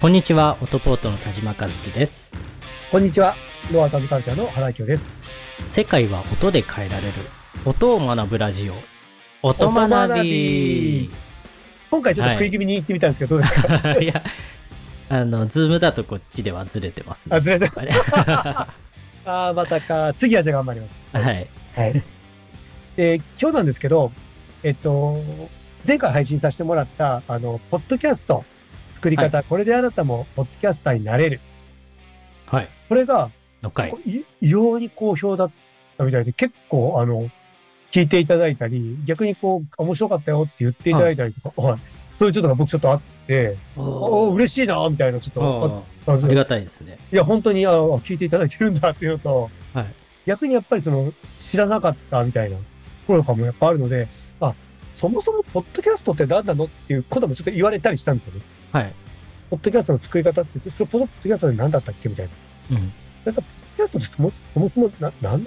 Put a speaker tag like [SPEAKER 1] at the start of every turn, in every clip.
[SPEAKER 1] こんにちは、オトポートの田島和樹です。
[SPEAKER 2] こんにちは。ロアタブカルチャーの原井京です。
[SPEAKER 1] 世界は音で変えられる。音を学ぶラジオ。音学び。
[SPEAKER 2] 今回ちょっと
[SPEAKER 1] はい
[SPEAKER 2] 食い気味に行ってみたんですけ ど、どうですか
[SPEAKER 1] いや、あの、ズームだとこっちではずれてます
[SPEAKER 2] あ、
[SPEAKER 1] ね。
[SPEAKER 2] ずれてます。
[SPEAKER 1] あれ
[SPEAKER 2] あーまたか。次はじゃあ頑張ります。
[SPEAKER 1] はい。
[SPEAKER 2] はい。で、今日なんですけど、えっと、前回配信させてもらった、あの、ポッドキャスト作り方、これであなたもポッドキャスターになれる。
[SPEAKER 1] はい。
[SPEAKER 2] これが、
[SPEAKER 1] の回。
[SPEAKER 2] こうい異様に好評だったみたいで、結構、あの、聞いていただいたり、逆にこう、面白かったよって言っていただいたりとか、はい、そういうちょっとが僕ちょっとあって、おお、嬉しいな、みたいな、ちょっと
[SPEAKER 1] お
[SPEAKER 2] あったん
[SPEAKER 1] ーあ
[SPEAKER 2] で
[SPEAKER 1] り
[SPEAKER 2] すよ。
[SPEAKER 1] がたいですね。
[SPEAKER 2] いや、本当に、あの、聞いていただいてるんだっていうのと、
[SPEAKER 1] はい
[SPEAKER 2] 逆にやっぱりその、知らなかったみたいな、ころとかもやっぱあるので、あ、そもそもポッドキャストって何なのっていうこともちょっと言われたりしたんですよね。
[SPEAKER 1] はい。
[SPEAKER 2] ポッドキャストの作り方って、それポッドキャストで何だったっけみたいな。
[SPEAKER 1] うん。
[SPEAKER 2] でさ、ポッドキャストってそもそもそもな、何なの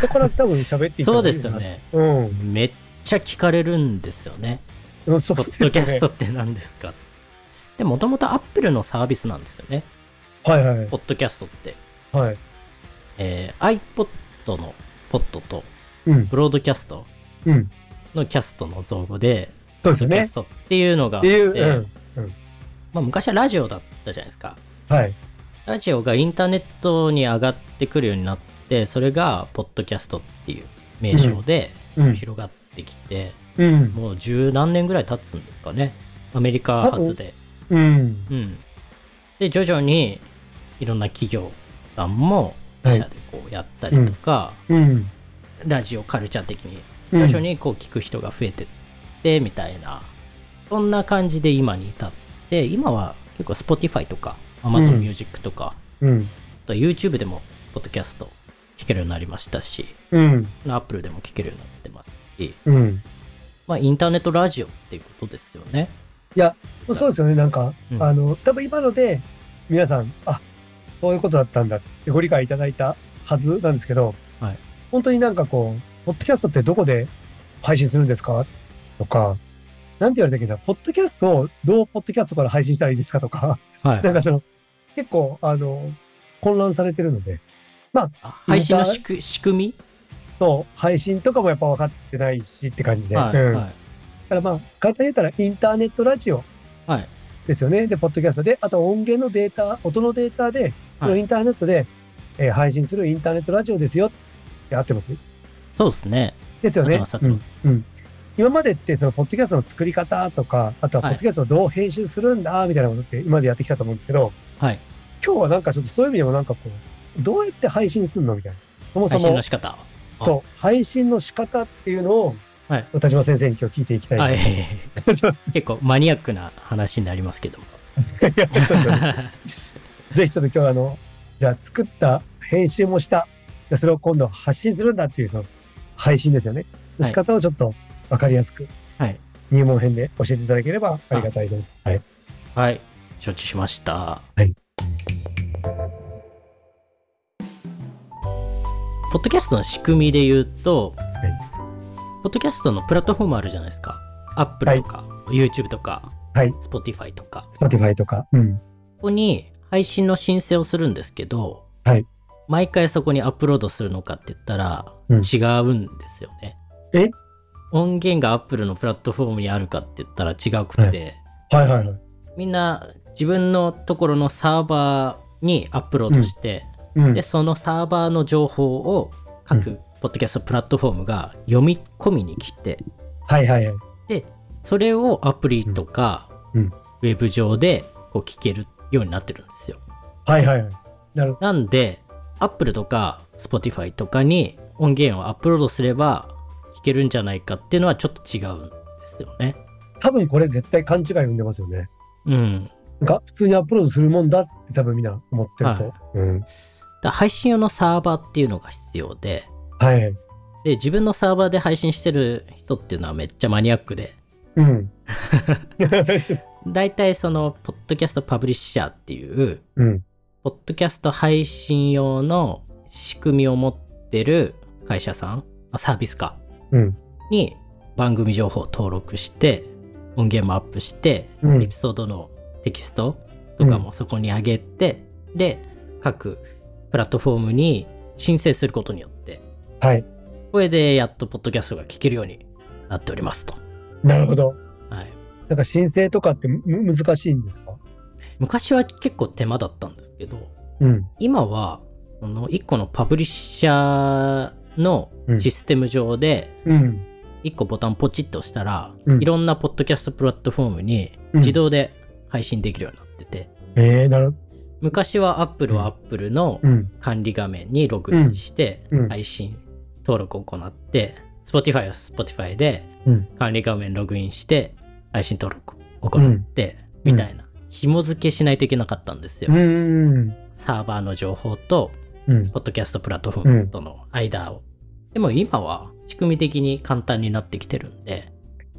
[SPEAKER 2] そこから多分喋っていた
[SPEAKER 1] そ
[SPEAKER 2] だ
[SPEAKER 1] う
[SPEAKER 2] け
[SPEAKER 1] で
[SPEAKER 2] る
[SPEAKER 1] す
[SPEAKER 2] か
[SPEAKER 1] よ
[SPEAKER 2] な。
[SPEAKER 1] ね。
[SPEAKER 2] うん。
[SPEAKER 1] めっちゃ聞かれるんですよね。
[SPEAKER 2] うん。そう
[SPEAKER 1] ポ
[SPEAKER 2] です
[SPEAKER 1] ッドキャスト
[SPEAKER 2] よ
[SPEAKER 1] って何ですかで、もともとアップルのサービスなんですよね。
[SPEAKER 2] ね。はいはい。
[SPEAKER 1] ポッドキャストって。
[SPEAKER 2] はい。
[SPEAKER 1] えー iPod のポッドと、
[SPEAKER 2] うん。
[SPEAKER 1] ブロードキャスト
[SPEAKER 2] うん。
[SPEAKER 1] のキャストの造語で、
[SPEAKER 2] そう
[SPEAKER 1] ポッ
[SPEAKER 2] です
[SPEAKER 1] ド
[SPEAKER 2] よ
[SPEAKER 1] キャ
[SPEAKER 2] ね
[SPEAKER 1] ス。トっていうのがあ
[SPEAKER 2] っ
[SPEAKER 1] ってて、
[SPEAKER 2] いう、うん。
[SPEAKER 1] まあ、昔はラジオだったじゃないですか。
[SPEAKER 2] はい。
[SPEAKER 1] ラジオがインターネットに上がってくるようになって、それがポッドキャストっていう名称で
[SPEAKER 2] うん。
[SPEAKER 1] 広がってきて、
[SPEAKER 2] うん。
[SPEAKER 1] もう十何年ぐらい経つんですかね。アメリカ発で。
[SPEAKER 2] うん。
[SPEAKER 1] うん。で、徐々にいろんな企業さんも自社でこうやったりとか、
[SPEAKER 2] うん。
[SPEAKER 1] ラジオカルチャー的に
[SPEAKER 2] う
[SPEAKER 1] 最
[SPEAKER 2] ん
[SPEAKER 1] 初にこう聞く人が増えてってみたいな、そんな感じで今に至って今は結構 Spotify とか
[SPEAKER 2] う
[SPEAKER 1] Amazon
[SPEAKER 2] ん
[SPEAKER 1] Music とか、
[SPEAKER 2] うん。
[SPEAKER 1] あと YouTube でもポッドキャスト聞けるようになりましたし
[SPEAKER 2] うん。
[SPEAKER 1] Apple でも聞けるようになってますし、
[SPEAKER 2] うん。
[SPEAKER 1] まあ、インターネットラジオっていうことですよね
[SPEAKER 2] そうですよね。なんか、
[SPEAKER 1] うん
[SPEAKER 2] あの、多分今ので、皆さん、あ、そういうことだったんだってご理解いただいたはずなんですけど、
[SPEAKER 1] はい
[SPEAKER 2] 本当になんかこう、ポッドキャストってどこで配信するんですかとか、なんて言われたっけな、ポッドキャストをどうポッドキャストから配信したらいいですかとか、
[SPEAKER 1] はい
[SPEAKER 2] なんかその、結構、あの、混乱されてるので、
[SPEAKER 1] あ配信の仕組仕組み、
[SPEAKER 2] と、配信とかもやっぱ分かってないしって感じで、
[SPEAKER 1] はい
[SPEAKER 2] うん
[SPEAKER 1] は
[SPEAKER 2] だからまあ、簡単に言ったらインターネットラジオ
[SPEAKER 1] いはい
[SPEAKER 2] ですよね。で、ポッドキャストで、あと音源のデータ、音のデータで、そのインターネットで、えー配信するインターネットラジオですよって合ってます
[SPEAKER 1] そうですね
[SPEAKER 2] ですよ
[SPEAKER 1] 合って
[SPEAKER 2] ね
[SPEAKER 1] ます合っ。て
[SPEAKER 2] う
[SPEAKER 1] ま
[SPEAKER 2] ん
[SPEAKER 1] す
[SPEAKER 2] うん今までって、その、ポッドキャストの作り方とか、あとは、ポ
[SPEAKER 1] は
[SPEAKER 2] ッ
[SPEAKER 1] い
[SPEAKER 2] ドキャストをどう編集するんだ、みたいなことって、今までやってきたと思うんですけど、
[SPEAKER 1] はい
[SPEAKER 2] 今日はなんかちょっとそういう意味でもなんかこう、どうやって配信するのみたいな。そもそ
[SPEAKER 1] 配信
[SPEAKER 2] も
[SPEAKER 1] の、仕方あ
[SPEAKER 2] そう、配信の仕方っていうのを、
[SPEAKER 1] はい
[SPEAKER 2] 田島先生に今日聞いていきたい。
[SPEAKER 1] はい
[SPEAKER 2] そう
[SPEAKER 1] 結構マニアックな話になりますけど も
[SPEAKER 2] いやそうそう ぜひちょっと今日あの、じゃあ作った、編集もした、でそれを今度発信するんだっていうその配信ですよね。
[SPEAKER 1] はい
[SPEAKER 2] 仕方をちょっとわかりやすく、
[SPEAKER 1] はい
[SPEAKER 2] 入門編で教えていただければありがたいです。はい。
[SPEAKER 1] はい、承知しました。
[SPEAKER 2] はい
[SPEAKER 1] ポッドキャストの仕組みで言うと、ポッドキャストのプラットフォームあるじゃないですか。Apple とか、YouTube とか、
[SPEAKER 2] はい
[SPEAKER 1] Spotify とか。
[SPEAKER 2] Spotify とか。うん。
[SPEAKER 1] ここに配信の申請をするんですけど、
[SPEAKER 2] はい
[SPEAKER 1] 毎回そこにアップロードするのかって言ったら、
[SPEAKER 2] うん
[SPEAKER 1] 違うんですよね。
[SPEAKER 2] え
[SPEAKER 1] 音源が Apple のプラットフォームにあるかって言ったら違くて、
[SPEAKER 2] ははいはいはい。
[SPEAKER 1] みんな自分のところのサーバーにアップロードして、
[SPEAKER 2] うん
[SPEAKER 1] で。そのサーバーの情報を各ポッドキャストプラットフォームが読み込みに来て
[SPEAKER 2] はいはいはい。
[SPEAKER 1] でそれをアプリとか、
[SPEAKER 2] うんうん
[SPEAKER 1] ウェブ上でこう聞けるようになってるんですよ
[SPEAKER 2] はいはいはい。なるほ
[SPEAKER 1] なんで Apple とか Spotify とかに音源をアップロードすれば聞けるんじゃないかっていうのはちょっと違うんですよね
[SPEAKER 2] ど。多分これ絶対勘違いを生んでますよね。
[SPEAKER 1] うん
[SPEAKER 2] なんか普通にアップロードするもんだって多分みんな思ってると。
[SPEAKER 1] は
[SPEAKER 2] うん。
[SPEAKER 1] だ配信用のサーバーっていうのが必要で
[SPEAKER 2] はいはい。
[SPEAKER 1] で自分のサーバーで配信してる人っていうのはめっちゃマニアックで
[SPEAKER 2] うん。
[SPEAKER 1] 大体そのポッドキャストパブリッシャーっていう
[SPEAKER 2] うん。
[SPEAKER 1] ポッドキャスト配信用の仕組みを持ってる会社さんあサービスか
[SPEAKER 2] うん。
[SPEAKER 1] に番組情報を登録して音源もアップして、
[SPEAKER 2] うん
[SPEAKER 1] エピソードのテキストとかもそこに上げて、で、各プラットフォームに申請することによって、
[SPEAKER 2] はい。
[SPEAKER 1] これでやっとポッドキャストが聞けるようになっておりますと。
[SPEAKER 2] なるほど。
[SPEAKER 1] はい。
[SPEAKER 2] なんか申請とかってむ難しいんですか
[SPEAKER 1] 昔は結構手間だったんですけど、
[SPEAKER 2] うん。
[SPEAKER 1] 今は、その1個のパブリッシャーのシステム上で、
[SPEAKER 2] うん。
[SPEAKER 1] 1個ボタンポチッと押したら、
[SPEAKER 2] うん
[SPEAKER 1] いろんなポッドキャストプラットフォームに
[SPEAKER 2] うん
[SPEAKER 1] 自動で配信できるようになってて、
[SPEAKER 2] えー、なる
[SPEAKER 1] 昔は Apple は Apple の
[SPEAKER 2] うん。
[SPEAKER 1] 管理画面にログインして
[SPEAKER 2] うんうん
[SPEAKER 1] 配信登録を行って、Spotify は Spotify で
[SPEAKER 2] うん。
[SPEAKER 1] 管理画面ログインして配信登録を行って、
[SPEAKER 2] うん
[SPEAKER 1] みたいな紐付けしないといけなかったんですよ、
[SPEAKER 2] うーん。
[SPEAKER 1] サーバーの情報と
[SPEAKER 2] うん。
[SPEAKER 1] ポッドキャストプラットフォームとの間を、でも今は仕組み的に簡単になってきてるんで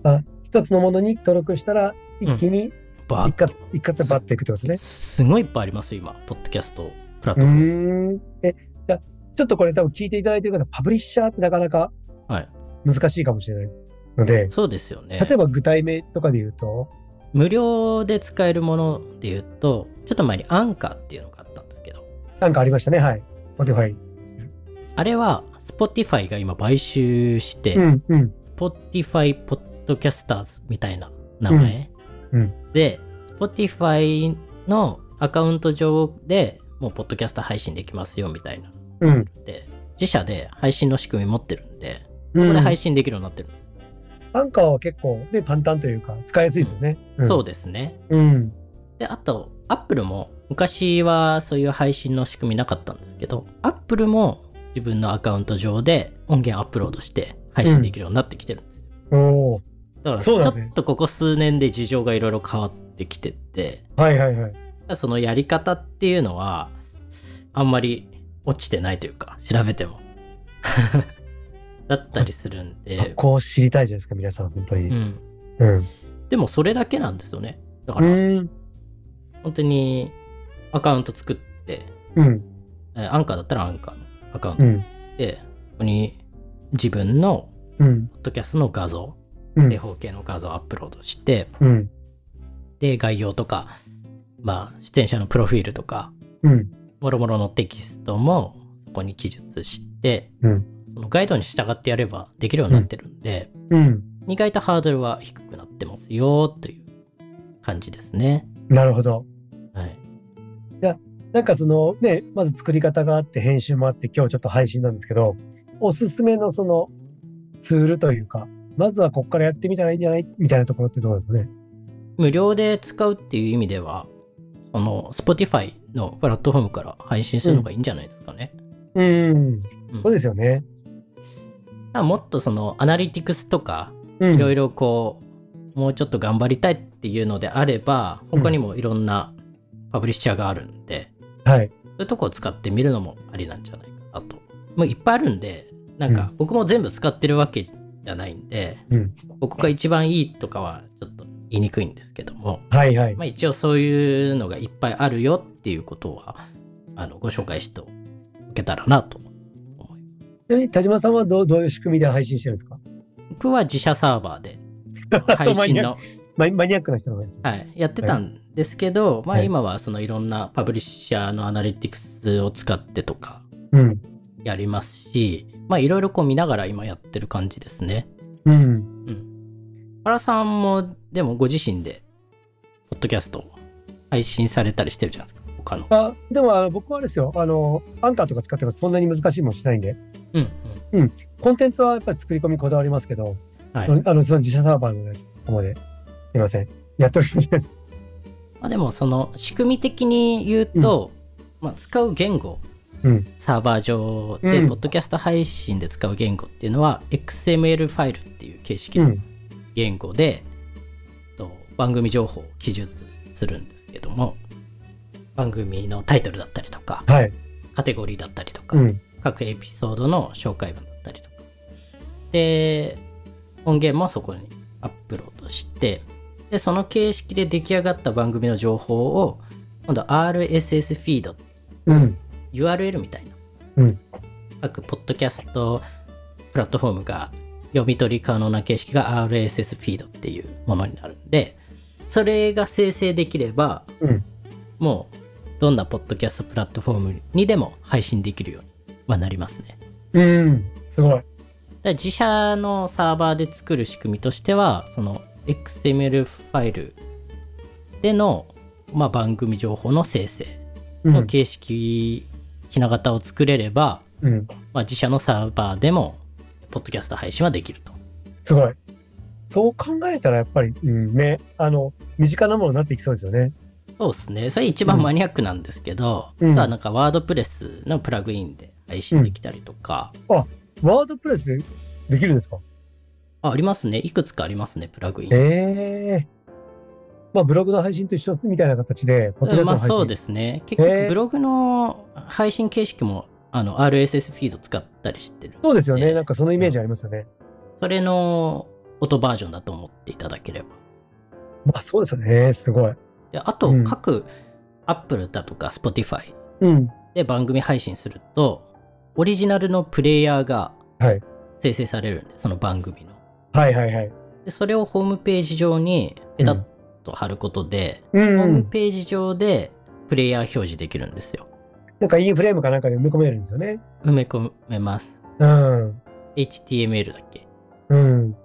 [SPEAKER 2] あ、一つのものに登録したら、
[SPEAKER 1] ん
[SPEAKER 2] 一気に
[SPEAKER 1] バ
[SPEAKER 2] 一
[SPEAKER 1] ー
[SPEAKER 2] 括、一括でバッていくってことですね。
[SPEAKER 1] すごいいっぱいあります今ポッドキャストプラッ
[SPEAKER 2] う
[SPEAKER 1] トフォーム、
[SPEAKER 2] ーん。え、じゃあちょっとこれ多分聞いていただいてる方、パブリッシャーってなかなか
[SPEAKER 1] はい
[SPEAKER 2] 難しいかもしれないので、
[SPEAKER 1] そうですよね
[SPEAKER 2] 例えば具体名とかで言うと、
[SPEAKER 1] 無料で使えるもので言うとちょっと前にアンカーっていうのがあったんですけど
[SPEAKER 2] なんかありましたね、はい。Spotify。
[SPEAKER 1] あれは Spotify が今買収して、
[SPEAKER 2] うん、うん。
[SPEAKER 1] Spotify ポッドキャスターズみたいな名前、
[SPEAKER 2] うんう
[SPEAKER 1] で Spotify のアカウント上でもうポッドキャスター配信できますよみたいな
[SPEAKER 2] うん。
[SPEAKER 1] で自社で配信の仕組み持ってるんで
[SPEAKER 2] う
[SPEAKER 1] ここ
[SPEAKER 2] ん
[SPEAKER 1] で配信できるようになってる、
[SPEAKER 2] アンカーは結構ね、簡単というか、使いやすいですよね。
[SPEAKER 1] そう
[SPEAKER 2] で
[SPEAKER 1] ですね
[SPEAKER 2] す。うん。
[SPEAKER 1] であと Apple も昔はそういう配信の仕組みなかったんですけど Apple も自分のアカウント上で音源アップロードして配信できるようになってきてるんです、
[SPEAKER 2] おー
[SPEAKER 1] だからち
[SPEAKER 2] そう
[SPEAKER 1] ょ
[SPEAKER 2] だね
[SPEAKER 1] っとここ数年で事情がいろいろ変わってきてて
[SPEAKER 2] はいはいはい。
[SPEAKER 1] そのやり方っていうのはあんまり落ちてないというか調べても だったりするん
[SPEAKER 2] こ
[SPEAKER 1] で、
[SPEAKER 2] こを知りたいじゃないですか、皆さん、本当
[SPEAKER 1] う
[SPEAKER 2] に。
[SPEAKER 1] ん、
[SPEAKER 2] うん。
[SPEAKER 1] でもそれだけなんですよねだか
[SPEAKER 2] う
[SPEAKER 1] ら
[SPEAKER 2] ん。
[SPEAKER 1] 本当にアカウント作って
[SPEAKER 2] うん。
[SPEAKER 1] えーアンカーだったらアンカーのアカウント
[SPEAKER 2] うん。
[SPEAKER 1] でそこに自分の
[SPEAKER 2] うん。
[SPEAKER 1] ポッドキャストの画像
[SPEAKER 2] うん
[SPEAKER 1] 正。方形の画像をアップロードして
[SPEAKER 2] うん。
[SPEAKER 1] で概要とかまあ出演者のプロフィールとか
[SPEAKER 2] うん。
[SPEAKER 1] もろもろのテキストもそこに記述して、
[SPEAKER 2] うん
[SPEAKER 1] そのガイドに従ってやればできるようになってるんで、
[SPEAKER 2] うん。
[SPEAKER 1] 意外とハードルは低くなってますよという感じですね。
[SPEAKER 2] なるほど。
[SPEAKER 1] はい、
[SPEAKER 2] なんかそのね、まず作り方があって、編集もあって、今日ちょっと配信なんですけど、おすすめのそのツールというか、まずはここからやってみたらいいんじゃないみたいなところってどうですかね。
[SPEAKER 1] 無料で使うっていう意味ではその Spotify のプラットフォームから配信するのがいいんじゃないですかね。
[SPEAKER 2] うん。
[SPEAKER 1] うん
[SPEAKER 2] そうですよね。
[SPEAKER 1] まあもっとそのアナリティクスとか
[SPEAKER 2] うん。
[SPEAKER 1] いろいろこうもうちょっと頑張りたいっていうのであれば他にもいろんなパブリッシャーがあるんで、
[SPEAKER 2] はい。
[SPEAKER 1] そういうとこを使ってみるのもありなんじゃないかなと。もういっぱいあるんで、なんか僕も全部使ってるわけじゃないんで、
[SPEAKER 2] うん
[SPEAKER 1] 僕が一番いいとかはちょっと言いにくいんですけども、
[SPEAKER 2] はいはい
[SPEAKER 1] ま。あ、一応そういうのがいっぱいあるよっていうことは、あのご紹介しておけたらなと思います。
[SPEAKER 2] ちなみに田島さんはどうどういう仕組みで配信してるんですか
[SPEAKER 1] 僕は自社サーバーで配 信の、
[SPEAKER 2] マニマニアックな人の方がいいですね。
[SPEAKER 1] はい、やってたんですけど、まあ、
[SPEAKER 2] はい
[SPEAKER 1] 今はそのいろんなパブリッシャーのアナリティクスを使ってとか、
[SPEAKER 2] うん。
[SPEAKER 1] やりますし、まあいろいろこう見ながら今やってる感じですね。
[SPEAKER 2] うん。
[SPEAKER 1] うん。原さんも、でもご自身で、ポッドキャストを配信されたりしてるじゃないですか、他の。
[SPEAKER 2] あでもあの僕はあれですよ、あの、アンカーとか使ってます。そんなに難しいもんしないんで。
[SPEAKER 1] うん、うん。
[SPEAKER 2] コンテンツはやっぱり作り込みこだわりますけど、
[SPEAKER 1] はい。
[SPEAKER 2] あの、その自社サーバーのやつここまで。すいません。やっておりません。
[SPEAKER 1] まあでもその仕組み的に言うと、まあ使う言語、
[SPEAKER 2] うん
[SPEAKER 1] サーバー上で、
[SPEAKER 2] うん
[SPEAKER 1] ポッドキャスト配信で使う言語っていうのは、XML ファイルっていう形式
[SPEAKER 2] う
[SPEAKER 1] の
[SPEAKER 2] ん。
[SPEAKER 1] 言語で、と番組情報を記述するんですけども番組のタイトルだったりとか
[SPEAKER 2] はい。
[SPEAKER 1] カテゴリーだったりとか、
[SPEAKER 2] うん。
[SPEAKER 1] 各エピソードの紹介文だったりとかで音源もそこにアップロードしてでその形式で出来上がった番組の情報を今度 RSS フィードって
[SPEAKER 2] うん。
[SPEAKER 1] URL みたいな、
[SPEAKER 2] うん
[SPEAKER 1] 各ポッドキャストプラットフォームが読み取り可能な形式が RSS フィードっていうものになるんでそれが生成できれば
[SPEAKER 2] うん。
[SPEAKER 1] もうどんなポッドキャストプラットフォームにでも配信できるようにはなりますね。
[SPEAKER 2] うん、すごい。
[SPEAKER 1] だから自社のサーバーで作る仕組みとしては、その XML ファイルでの、まあ、番組情報の生成
[SPEAKER 2] う
[SPEAKER 1] の
[SPEAKER 2] ん、
[SPEAKER 1] 形式、ひな形を作れれば、
[SPEAKER 2] うん、
[SPEAKER 1] まあ、自社のサーバーでも、ポッドキャスト配信はできると。
[SPEAKER 2] すごい。そう考えたらやっぱり、うん、ね、あの、身近なものになっていきそうですよね。
[SPEAKER 1] そうですね。それ一番マニアックなんですけど、
[SPEAKER 2] うん
[SPEAKER 1] あとはなんかワードプレスのプラグインで配信できたりとか、
[SPEAKER 2] ワードプレスでできるんですか
[SPEAKER 1] あありますね。いくつかありますね、プラグイン。
[SPEAKER 2] ええまあ、ブログの配信と一緒みたいな形で、ポッドキャスト
[SPEAKER 1] ま
[SPEAKER 2] の
[SPEAKER 1] あ
[SPEAKER 2] 配信。
[SPEAKER 1] そうですね。結局
[SPEAKER 2] えー
[SPEAKER 1] ブログの配信形式もあの RSS フィード使ったりしてる。
[SPEAKER 2] そうですよね。
[SPEAKER 1] ええ
[SPEAKER 2] なんかそのイメージありますよね。
[SPEAKER 1] それの音バージョンだと思っていただければ。
[SPEAKER 2] まあ、そうですよね。すごい。
[SPEAKER 1] であと
[SPEAKER 2] うん
[SPEAKER 1] 各 Apple だとか Spotify
[SPEAKER 2] うん。
[SPEAKER 1] で番組配信するとオリジナルのプレイヤーが
[SPEAKER 2] はい
[SPEAKER 1] 生成されるんで、その番組の。
[SPEAKER 2] はいはいはい。
[SPEAKER 1] でそれをホームページ上にペタッと貼ることで、
[SPEAKER 2] う
[SPEAKER 1] ホーム
[SPEAKER 2] ん。
[SPEAKER 1] ページ上でプレイヤー表示できるんですよ。
[SPEAKER 2] なんかインフレームかなんかで埋め込めるんですよね。
[SPEAKER 1] 埋め込めます。
[SPEAKER 2] うん。
[SPEAKER 1] HTML だっけ
[SPEAKER 2] うん。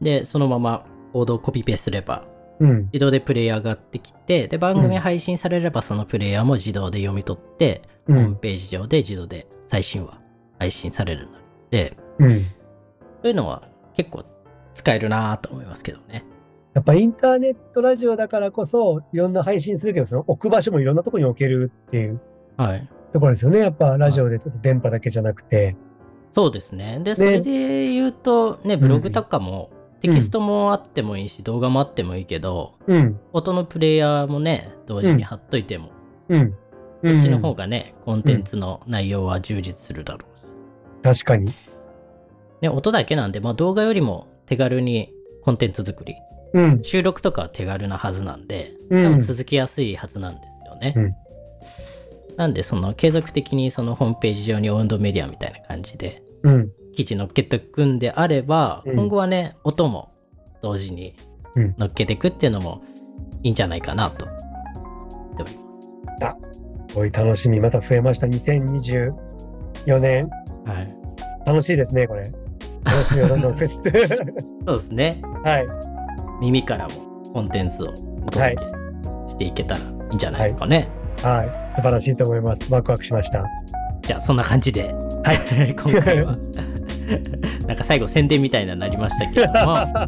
[SPEAKER 1] でそのままコードをコピペすれば
[SPEAKER 2] うん。
[SPEAKER 1] 自動でプレイヤーが上がってきてで番組配信されればそのプレイヤーも自動で読み取って、
[SPEAKER 2] う
[SPEAKER 1] ホーム
[SPEAKER 2] ん。
[SPEAKER 1] ページ上で自動で最新話配信されるので
[SPEAKER 2] うん。
[SPEAKER 1] そういうのは結構使えるなぁと思いますけどね
[SPEAKER 2] やっぱインターネットラジオだからこそ、いろんな配信するけど、その置く場所もいろんなとこに置けるっていう
[SPEAKER 1] はい
[SPEAKER 2] ところですよね。やっぱラジオでちょっと電波だけじゃなくて。
[SPEAKER 1] そうですねでそれで言うとねブログとかもテキストもあってもいいし動画もあってもいいけど
[SPEAKER 2] うん。
[SPEAKER 1] 音のプレイヤーもね同時に貼っといても
[SPEAKER 2] うん。こ
[SPEAKER 1] こっちの方がねコンテンツの内容は充実するだろうし
[SPEAKER 2] 確かに。
[SPEAKER 1] ね、音だけなんで、まあ、動画よりも手軽にコンテンツ作り
[SPEAKER 2] うん。
[SPEAKER 1] 収録とかは手軽なはずなんで
[SPEAKER 2] うん
[SPEAKER 1] 多分続きやすいはずなんですよね、
[SPEAKER 2] うん
[SPEAKER 1] なんでその継続的にそのホームページ上に温度メディアみたいな感じで
[SPEAKER 2] うん。
[SPEAKER 1] 記事乗っけてくんであれば、
[SPEAKER 2] うん
[SPEAKER 1] 今後はね音も同時に
[SPEAKER 2] うん
[SPEAKER 1] 乗っけてくっていうのもいいんじゃないかなと思っております
[SPEAKER 2] すごい楽しみ。また増えました。2024年。
[SPEAKER 1] はい、
[SPEAKER 2] 楽しいですね、これ。楽しみがどんどん増えて って。
[SPEAKER 1] そうですね
[SPEAKER 2] はい。
[SPEAKER 1] 耳からもコンテンツをお届けしていけたらいいんじゃないですかね、
[SPEAKER 2] はい。素晴らしいと思います。ワクワクしました。
[SPEAKER 1] じゃあそんな感じで、 はい、今回はなんか最後宣伝みたいなのになりましたけ れども、は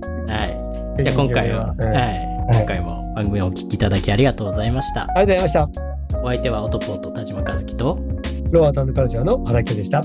[SPEAKER 1] い、じゃあ今回は、
[SPEAKER 2] うんあ
[SPEAKER 1] はい、今回も番組をお聞きいただきありがとうございました。
[SPEAKER 2] りがとうございました。
[SPEAKER 1] お相手はオトポート田島和樹と
[SPEAKER 2] ロアタンドカルチャーの花木でした。